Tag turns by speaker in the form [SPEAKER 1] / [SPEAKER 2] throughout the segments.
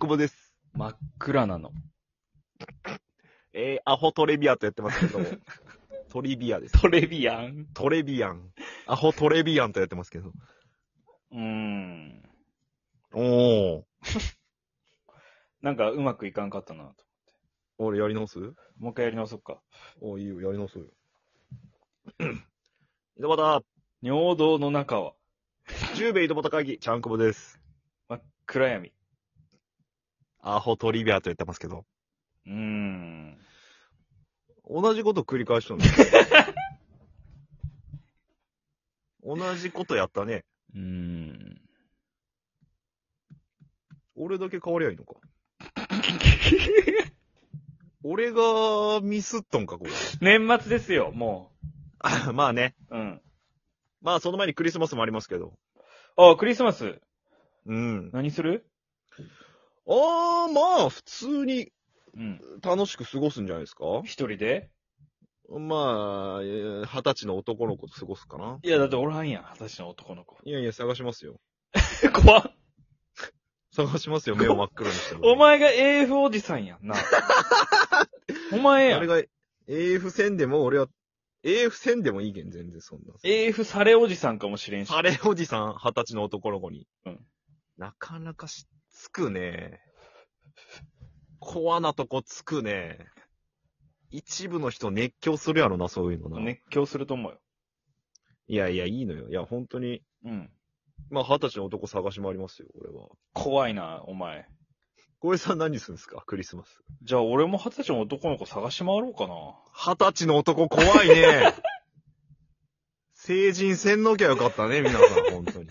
[SPEAKER 1] 久保です。
[SPEAKER 2] 真っ暗なの。
[SPEAKER 1] えー、アホトレビアとやってますけど も。トリビアです。
[SPEAKER 2] トレビアン
[SPEAKER 1] トレビアン。アホトレビアンとやってますけど。
[SPEAKER 2] うーん。
[SPEAKER 1] おー。
[SPEAKER 2] なんかうまくいかんかったなと。
[SPEAKER 1] 俺やり直す
[SPEAKER 2] もう一回やり直そうか。
[SPEAKER 1] おいいよ、やり直そうよ。 井戸端、
[SPEAKER 2] 尿道の中は
[SPEAKER 1] 十兵衛井戸端会議、ちゃんこぼです。
[SPEAKER 2] 真っ暗闇。
[SPEAKER 1] アホトリビアとやってますけど。
[SPEAKER 2] うーん。
[SPEAKER 1] 同じこと繰り返しとん ね。同じことやったね。
[SPEAKER 2] うーん。
[SPEAKER 1] 俺だけ変わりゃいい のか。俺がミスっとんか、これ。
[SPEAKER 2] 年末ですよ、も
[SPEAKER 1] あまあね。
[SPEAKER 2] う。うん。
[SPEAKER 1] まあその前にクリスマスもありますけど。
[SPEAKER 2] あ、クリスマス。
[SPEAKER 1] うん。
[SPEAKER 2] 何する
[SPEAKER 1] あー、まあ普通に
[SPEAKER 2] うん。
[SPEAKER 1] 楽しく過ごすんじゃないですか
[SPEAKER 2] 一人で
[SPEAKER 1] まあ、えー二十歳の男の子と過ごすかな。
[SPEAKER 2] いや、だっておらんやん、二十歳の男の子。
[SPEAKER 1] いやいや、探しますよ。
[SPEAKER 2] 怖っ。
[SPEAKER 1] 探しますよ、目を真っ黒にして。
[SPEAKER 2] お前が AF おじさんや んな。お前や
[SPEAKER 1] あれ
[SPEAKER 2] ん。
[SPEAKER 1] が AF 戦でも俺は、AF 戦でもいいけん、全然そんな。
[SPEAKER 2] AF されおじさんかもしれんし。
[SPEAKER 1] あれおじさん、二十歳の男の子に。
[SPEAKER 2] うん
[SPEAKER 1] なかなかしつくね。コアなとこつくね。一部の人熱狂するやろな、そういうのな。
[SPEAKER 2] 熱狂すると思うよ。
[SPEAKER 1] いやいや、いいのよ。いや、本当に。
[SPEAKER 2] うん。
[SPEAKER 1] まあ、二十歳の男探し回りますよ、俺は。
[SPEAKER 2] 怖いな、お前。
[SPEAKER 1] 小江さん何するんですかクリスマス。
[SPEAKER 2] じゃあ俺も二十歳の男の子探し回ろうかな。
[SPEAKER 1] 二十歳の男怖いね。成人せんのきゃよかったね、皆さん、本当に。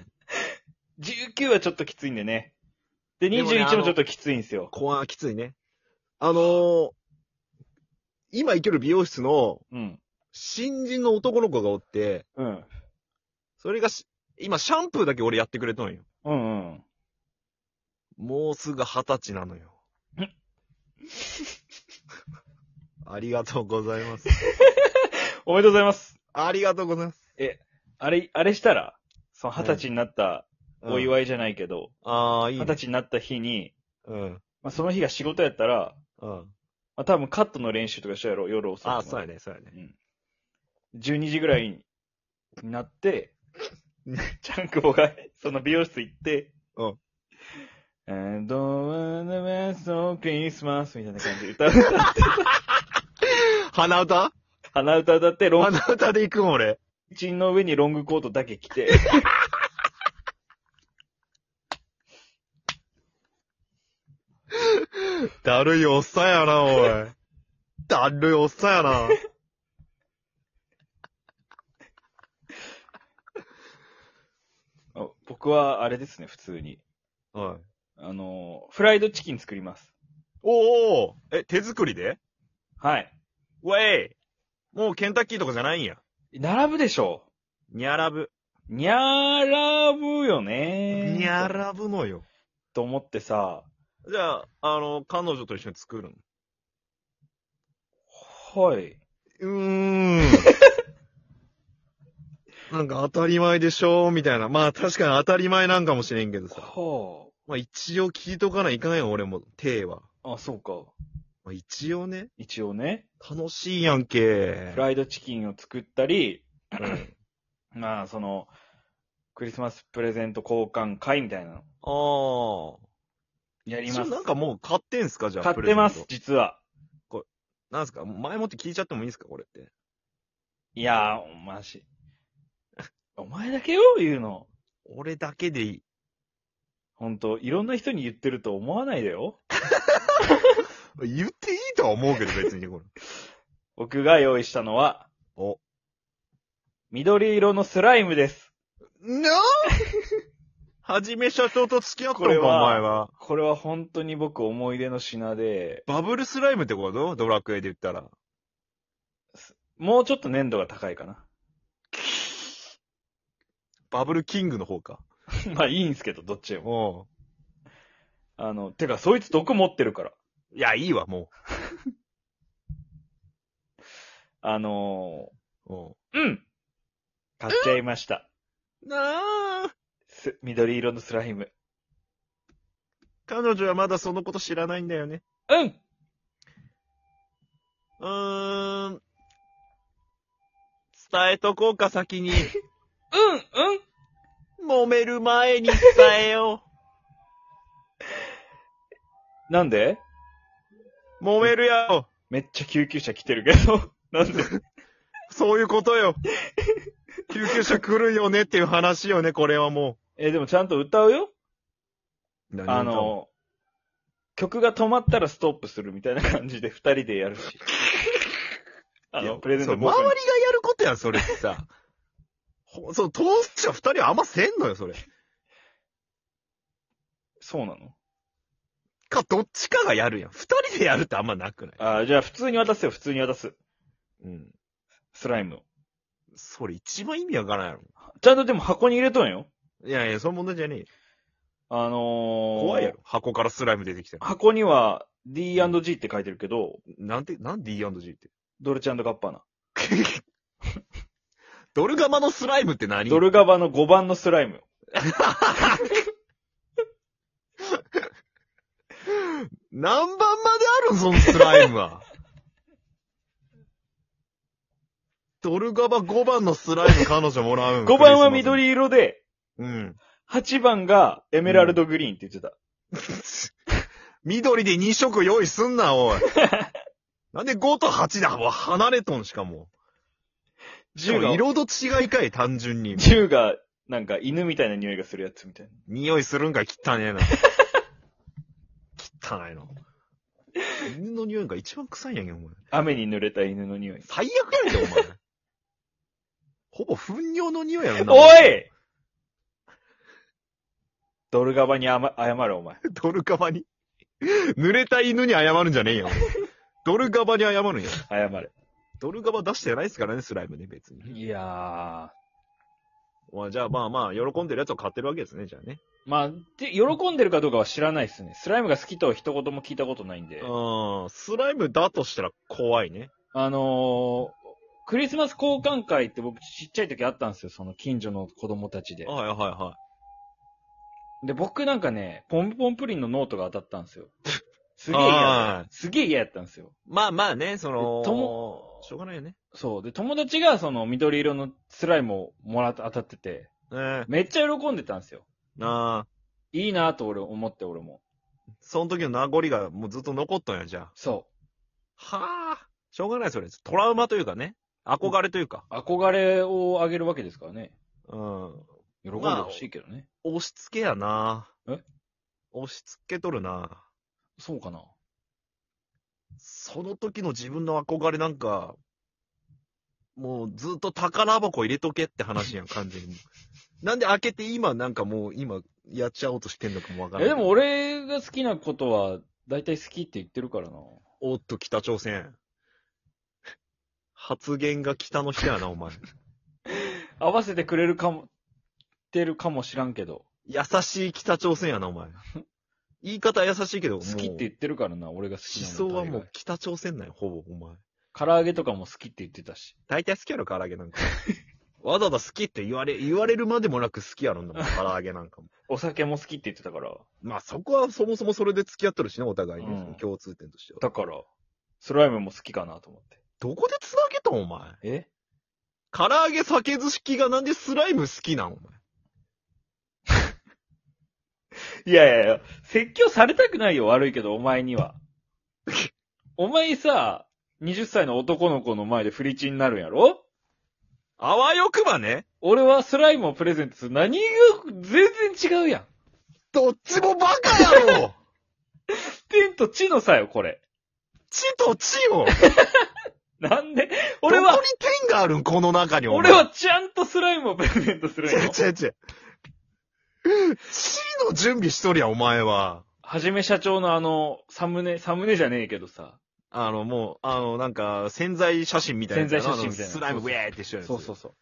[SPEAKER 2] 19はちょっときついんでね。で、
[SPEAKER 1] でもね
[SPEAKER 2] 21もちょっときついんですよ。
[SPEAKER 1] 怖い、きついね。あのー、今行ける美容室の
[SPEAKER 2] うん。
[SPEAKER 1] 新人の男の子がおって、
[SPEAKER 2] うん。
[SPEAKER 1] それがし、今シャンプーだけ俺やってくれたんよ。
[SPEAKER 2] うんうん。
[SPEAKER 1] もうすぐ二十歳なの よ
[SPEAKER 2] ん。
[SPEAKER 1] ありがとうございます。
[SPEAKER 2] おめでとうございます。
[SPEAKER 1] ありがとうございます。
[SPEAKER 2] あれ、あれしたら、その二十歳になったお
[SPEAKER 1] い。
[SPEAKER 2] 祝いじゃないけど、
[SPEAKER 1] ああ、いい、
[SPEAKER 2] 二、
[SPEAKER 1] ね。
[SPEAKER 2] 十、歳になった日に、
[SPEAKER 1] うん。
[SPEAKER 2] まあ、その日が仕事やったら、
[SPEAKER 1] うん。
[SPEAKER 2] まあ、多分カットの練習とかしたやろ、夜遅くま
[SPEAKER 1] あ
[SPEAKER 2] で。
[SPEAKER 1] あ、そうやね、そうやね。
[SPEAKER 2] うん。12時ぐらいになって
[SPEAKER 1] うん、
[SPEAKER 2] ちゃんくぼが、その美容室行って、
[SPEAKER 1] うん。
[SPEAKER 2] And on the best of Christmas みたいな感じで歌う。
[SPEAKER 1] 鼻歌
[SPEAKER 2] 鼻歌歌って、ロング、
[SPEAKER 1] 鼻歌で行くん、俺。
[SPEAKER 2] チンの上にロングコートだけ着て、
[SPEAKER 1] だるいおっさんやな、 おい。だるいおっさんやな。
[SPEAKER 2] あ僕はあれですね、普通に。
[SPEAKER 1] はい。
[SPEAKER 2] あの、フライドチキン作ります。
[SPEAKER 1] おおえ、手作りで
[SPEAKER 2] はい。
[SPEAKER 1] ウェイもうケンタッキーとかじゃないんや。
[SPEAKER 2] 並ぶでしょ
[SPEAKER 1] にゃらぶ。
[SPEAKER 2] にゃーらぶよねー。
[SPEAKER 1] にゃらぶのよ。
[SPEAKER 2] と思ってさ、
[SPEAKER 1] じゃあ、あの、彼女と一緒に作るの
[SPEAKER 2] はい。
[SPEAKER 1] うー ん。なんか当たり前でしょみたいな。まあ確かに当たり前なんかもしれんけどさ。
[SPEAKER 2] は
[SPEAKER 1] まあ一応聞いとかないかんよ、俺も、手は。
[SPEAKER 2] あ。あ、そうか。
[SPEAKER 1] まあ一応ね、
[SPEAKER 2] 一応ね。
[SPEAKER 1] 楽しいやんけ
[SPEAKER 2] フ。ライドチキンを作ったり、
[SPEAKER 1] うん
[SPEAKER 2] まあ、その、クリスマスプレゼント交換会みたいなの
[SPEAKER 1] ああ。
[SPEAKER 2] やり
[SPEAKER 1] そ
[SPEAKER 2] ま
[SPEAKER 1] れ
[SPEAKER 2] す。
[SPEAKER 1] なんかもう買ってんすかじゃあ。
[SPEAKER 2] 買っ
[SPEAKER 1] プレゼ
[SPEAKER 2] て
[SPEAKER 1] ント
[SPEAKER 2] ます、。実は。
[SPEAKER 1] なんすか前もって聞いちゃってもいいんすかこれって。
[SPEAKER 2] いやー、マジ。 お前だけよ、言うの。
[SPEAKER 1] 俺だけでいい。
[SPEAKER 2] ほんと、いろんな人に言ってると思わないでよ。
[SPEAKER 1] 言っていいとは思うけど別にこれ。
[SPEAKER 2] 僕が用意したのは、
[SPEAKER 1] お。
[SPEAKER 2] 緑色のスライムです。
[SPEAKER 1] なはじめ社長と付き合った
[SPEAKER 2] これ
[SPEAKER 1] のか
[SPEAKER 2] は
[SPEAKER 1] お前は。
[SPEAKER 2] これは本当に僕思い出の品で、
[SPEAKER 1] バブルスライムってことドラクエで言ったら。
[SPEAKER 2] もうちょっと粘度が高いかな。
[SPEAKER 1] バブルキングの方か。
[SPEAKER 2] まあいいんすけど、どっちで
[SPEAKER 1] お
[SPEAKER 2] も。あの、てか、そいつ毒持ってるから。
[SPEAKER 1] いや、いいわ、も
[SPEAKER 2] あの
[SPEAKER 1] う。お
[SPEAKER 2] ー、うん買っちゃいました。
[SPEAKER 1] なあ。
[SPEAKER 2] す緑色のスライム。
[SPEAKER 1] 彼女はまだそのこと知らないんだよね。
[SPEAKER 2] うん
[SPEAKER 1] うーん。伝えとこうか先に。
[SPEAKER 2] うんうん
[SPEAKER 1] 揉める前に伝えよ
[SPEAKER 2] なんで
[SPEAKER 1] う。揉めるやろ。
[SPEAKER 2] めっちゃ救急車来てるけど。 なん で
[SPEAKER 1] そういうことよ。救急車来るよねっていう話よね、これはも
[SPEAKER 2] え、でもちゃんと歌うよ
[SPEAKER 1] う。
[SPEAKER 2] あ、の、曲が止まったらストップするみたいな感じで二人でやる し。あ
[SPEAKER 1] いや
[SPEAKER 2] の、プレゼント
[SPEAKER 1] そう周りがやることやん、それってさ。ほそう、当初二人はあんませんのよ、それ。
[SPEAKER 2] そうなの
[SPEAKER 1] か、どっちかがやるやん。二人でやるってあんまなくない
[SPEAKER 2] あーじゃあ普通に渡すよ、普通に渡す。
[SPEAKER 1] うん。
[SPEAKER 2] スライムを。
[SPEAKER 1] それ一番意味わからんやろ。
[SPEAKER 2] ちゃんとでも箱に入れとんよ。
[SPEAKER 1] いやいや、その問題じゃねえよ。
[SPEAKER 2] あのー、
[SPEAKER 1] 怖いやろ。箱からスライム出てきたら。
[SPEAKER 2] 箱には D&G って書いてるけど、
[SPEAKER 1] なんて、なんで E&G って。
[SPEAKER 2] ドルチェガッパーナ。
[SPEAKER 1] ドルガマのスライムって何
[SPEAKER 2] ドルガバの5番のスライムよ。
[SPEAKER 1] 何番まであるんそのスライムは。 ドルガバ5番のスライム彼女もら うん。
[SPEAKER 2] 5番は
[SPEAKER 1] クリ
[SPEAKER 2] 緑色で、
[SPEAKER 1] スマスに。うん。
[SPEAKER 2] 8番がエメラルドグリーンって言ってた。
[SPEAKER 1] 緑で2色用意すんな、 おい。なんで5と8だわ離れとんしかも。しか
[SPEAKER 2] 10
[SPEAKER 1] も
[SPEAKER 2] が、
[SPEAKER 1] 色と違いかい、単純 に。
[SPEAKER 2] 10が、なんか犬みたいな匂いがするやつみたいな。
[SPEAKER 1] 匂いするんかい、汚ねえな。 汚いな。犬の匂いが一番臭いやんけ、お前。
[SPEAKER 2] 雨に濡れた犬の匂い。
[SPEAKER 1] 最悪やんけ、お前。 ほぼ糞尿の匂いやろな。
[SPEAKER 2] おいドルガバにあま謝れ、お前。
[SPEAKER 1] ドルガバに。濡れた犬に謝るんじゃねえよ。ドルガバに謝るんや。
[SPEAKER 2] 謝れ。
[SPEAKER 1] ドルガバ出してないですからね、スライムね、別に。
[SPEAKER 2] いやー。
[SPEAKER 1] まあ、じゃあまあまあ、喜んでるやつを買ってるわけですね、じゃあね。
[SPEAKER 2] まあ、で、喜んでるかどうかは知らないですね。スライムが好きとは一言も聞いたことないんで。
[SPEAKER 1] うん、スライムだとしたら怖いね。
[SPEAKER 2] あのー、クリスマス交換会って僕ちっちゃい時あったんですよ、その近所の子供たちで。
[SPEAKER 1] はいはいは
[SPEAKER 2] で、僕なんかね、ポンポンプリンのノートが当たった んですよ。すげえ嫌
[SPEAKER 1] は
[SPEAKER 2] だ
[SPEAKER 1] い。
[SPEAKER 2] すげえ嫌やったんですよ。
[SPEAKER 1] い。まあまあね、その、
[SPEAKER 2] と
[SPEAKER 1] しょうがないよね。
[SPEAKER 2] そう。で、友達がその緑色のスライムをもらっ当たってて、
[SPEAKER 1] ええ
[SPEAKER 2] めっちゃ喜んでたんですよ。
[SPEAKER 1] なあ、
[SPEAKER 2] いいなと俺思って俺も。
[SPEAKER 1] その時の名残がもうずっと残っとんや、じゃあ。
[SPEAKER 2] そ
[SPEAKER 1] はあ、しょうがない、それ。トラウマというかね。憧れというか。
[SPEAKER 2] う。憧れをあげるわけですからね。
[SPEAKER 1] うん。
[SPEAKER 2] 喜んでほしいけどね。
[SPEAKER 1] 押し付けやな
[SPEAKER 2] え
[SPEAKER 1] 押し付けとるな
[SPEAKER 2] そうかな。
[SPEAKER 1] その時の自分の憧れなんか、もうずっと宝箱入れとけって話やん、完 全に。なんで開けて今なんかもう今やっちゃおうとしてんのかもわから
[SPEAKER 2] え、
[SPEAKER 1] ない。
[SPEAKER 2] でも、俺が好きなことは、大体好きって言ってるからな。
[SPEAKER 1] おっと北朝鮮。発言が北の人やな、お前。
[SPEAKER 2] 合わせてくれるかも、てるかもしらんけど。
[SPEAKER 1] 優しい北朝鮮やな、お 前。言い方は優しいけど、も
[SPEAKER 2] 好
[SPEAKER 1] う
[SPEAKER 2] きって言ってるからな、俺が好き
[SPEAKER 1] 思
[SPEAKER 2] な
[SPEAKER 1] 想
[SPEAKER 2] の
[SPEAKER 1] は
[SPEAKER 2] 大
[SPEAKER 1] も
[SPEAKER 2] 概
[SPEAKER 1] う。北朝鮮なんよ、ほぼ、お前。
[SPEAKER 2] 唐揚げとかも好きって言ってたし。
[SPEAKER 1] 大体好きやろ、唐揚げなんか。 わざわざ好きって言われ、言われるまでもなく好きやろんだもん、唐揚げなんかも。
[SPEAKER 2] お酒も好きって言ってたから。
[SPEAKER 1] まあそこはそもそもそれで付き合っとるしね、お互いね、
[SPEAKER 2] うん
[SPEAKER 1] その共通点としては。
[SPEAKER 2] だから、スライムも好きかなと思って。
[SPEAKER 1] どこで繋げたん、お前。
[SPEAKER 2] え
[SPEAKER 1] 唐揚げ酒好きがなんでスライム好きなん、お前。
[SPEAKER 2] いやいやいや、説教されたくないよ、悪いけど、お前に は。お前さ、20歳の男の子の前でフリチンになるんやろ
[SPEAKER 1] あわよくばね。
[SPEAKER 2] 俺はスライムをプレゼントする。何が、全然違うやん。
[SPEAKER 1] どっちもバカや ろ
[SPEAKER 2] 天と地の差よ、これ。
[SPEAKER 1] 地と地よ
[SPEAKER 2] なんで俺は
[SPEAKER 1] どこ、に天があるん、この中に。お前
[SPEAKER 2] 俺はちゃんとスライムをプレゼントするんやろ。
[SPEAKER 1] 違う違う違う。地の準備しとるやん、お前は。
[SPEAKER 2] はじめ社長のあの、サムネ、サムネじゃねえけどさ。
[SPEAKER 1] あの、もう、あの、なんか、潜在写真みたいなやつ。
[SPEAKER 2] 潜在写真みたいな
[SPEAKER 1] あのスライム、ウェーって一緒や
[SPEAKER 2] そうそうそう。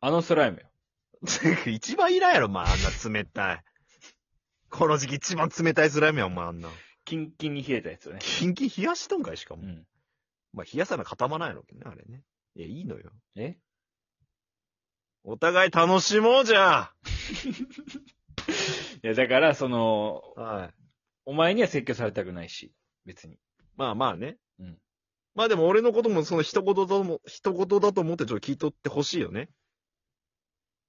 [SPEAKER 2] あのスライムよ。
[SPEAKER 1] う。 一番いらんやろ、お前、あんな冷たい。この時期一番冷たいスライムやん、お前、あんな。
[SPEAKER 2] キンキンに冷えたやつよね。
[SPEAKER 1] キンキン冷やしとんかい、しか
[SPEAKER 2] う
[SPEAKER 1] も。
[SPEAKER 2] ん。
[SPEAKER 1] まあ、冷やさな固まらんやろうけどね、あれね。いや、いいのよ。
[SPEAKER 2] え
[SPEAKER 1] お互い楽しもうじゃあ
[SPEAKER 2] いや、だから、その、
[SPEAKER 1] はい。
[SPEAKER 2] お前には説教されたくないし、別に。
[SPEAKER 1] まあまあね。
[SPEAKER 2] うん
[SPEAKER 1] まあでも俺のこともその一言だとも、一言だと思ってちょっと聞いとってほしいよね。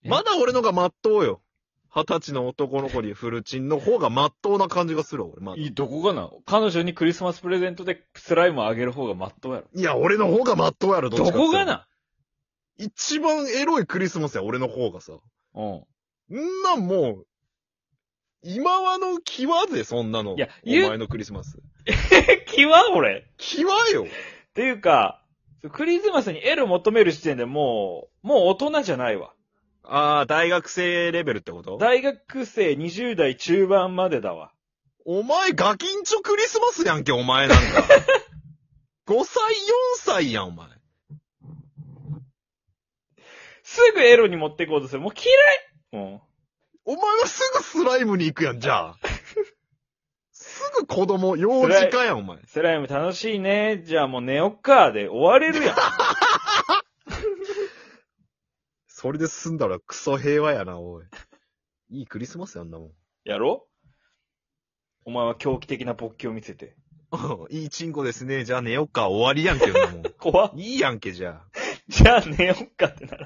[SPEAKER 2] え
[SPEAKER 1] まだ俺のがまっとうよ。二十歳の男の子にフルチンの方がまっとうな感じがするわ、俺。まだ
[SPEAKER 2] いい、どこかな彼女にクリスマスプレゼントでスライムあげる方がまっとうやろ。
[SPEAKER 1] いや、俺の方がまっとうやろ、どっちか
[SPEAKER 2] ど
[SPEAKER 1] っていう
[SPEAKER 2] ことがな
[SPEAKER 1] 一番エロいクリスマスや、俺の方がさ。
[SPEAKER 2] うん
[SPEAKER 1] なんもう、今はの際ぜ、そんなの。
[SPEAKER 2] いや
[SPEAKER 1] お
[SPEAKER 2] 言う
[SPEAKER 1] 前のクリスマス。
[SPEAKER 2] ん。気は俺。
[SPEAKER 1] 際よ。
[SPEAKER 2] っていうか、クリスマスにエロ求める時点でもう、もう大人じゃないわ。
[SPEAKER 1] ああ、大学生レベルってこと
[SPEAKER 2] 大学生20代中盤までだわ。
[SPEAKER 1] お前、ガキンチョクリスマスやんけ、お前なん か。5歳、4歳やん、お前。
[SPEAKER 2] すぐエロに持っていこうとする。もう嫌いうん。
[SPEAKER 1] お前はすぐスライムに行くやん、じゃあ。すぐ子供、幼児かやん、お前。
[SPEAKER 2] スライム楽しいね。じゃあもう寝よっか。で終われるや ん。
[SPEAKER 1] それで済んだらクソ平和やな、おい。いいクリスマスやんなもん。
[SPEAKER 2] やろお前は狂気的な勃起を見せて。
[SPEAKER 1] うん いいチンコですね。じゃあ寝よっか。終わりやんけ、そんなもん。
[SPEAKER 2] 怖っ
[SPEAKER 1] いいやんけ、じゃあ。
[SPEAKER 2] じゃあ寝よっかって なる。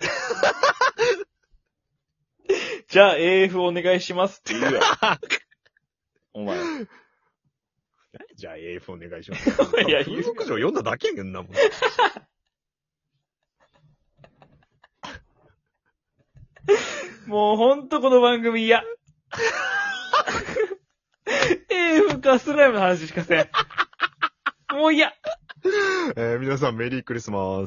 [SPEAKER 2] じゃあ AF お願いしますって言うやん。お前。
[SPEAKER 1] じゃあ AF お願いします。
[SPEAKER 2] いや
[SPEAKER 1] 風俗嬢読んだだけやんけんなもん。
[SPEAKER 2] もうほんとこの番組 嫌。AF かスライムの話しかせん。もう嫌。
[SPEAKER 1] えー皆さんメリークリスマス。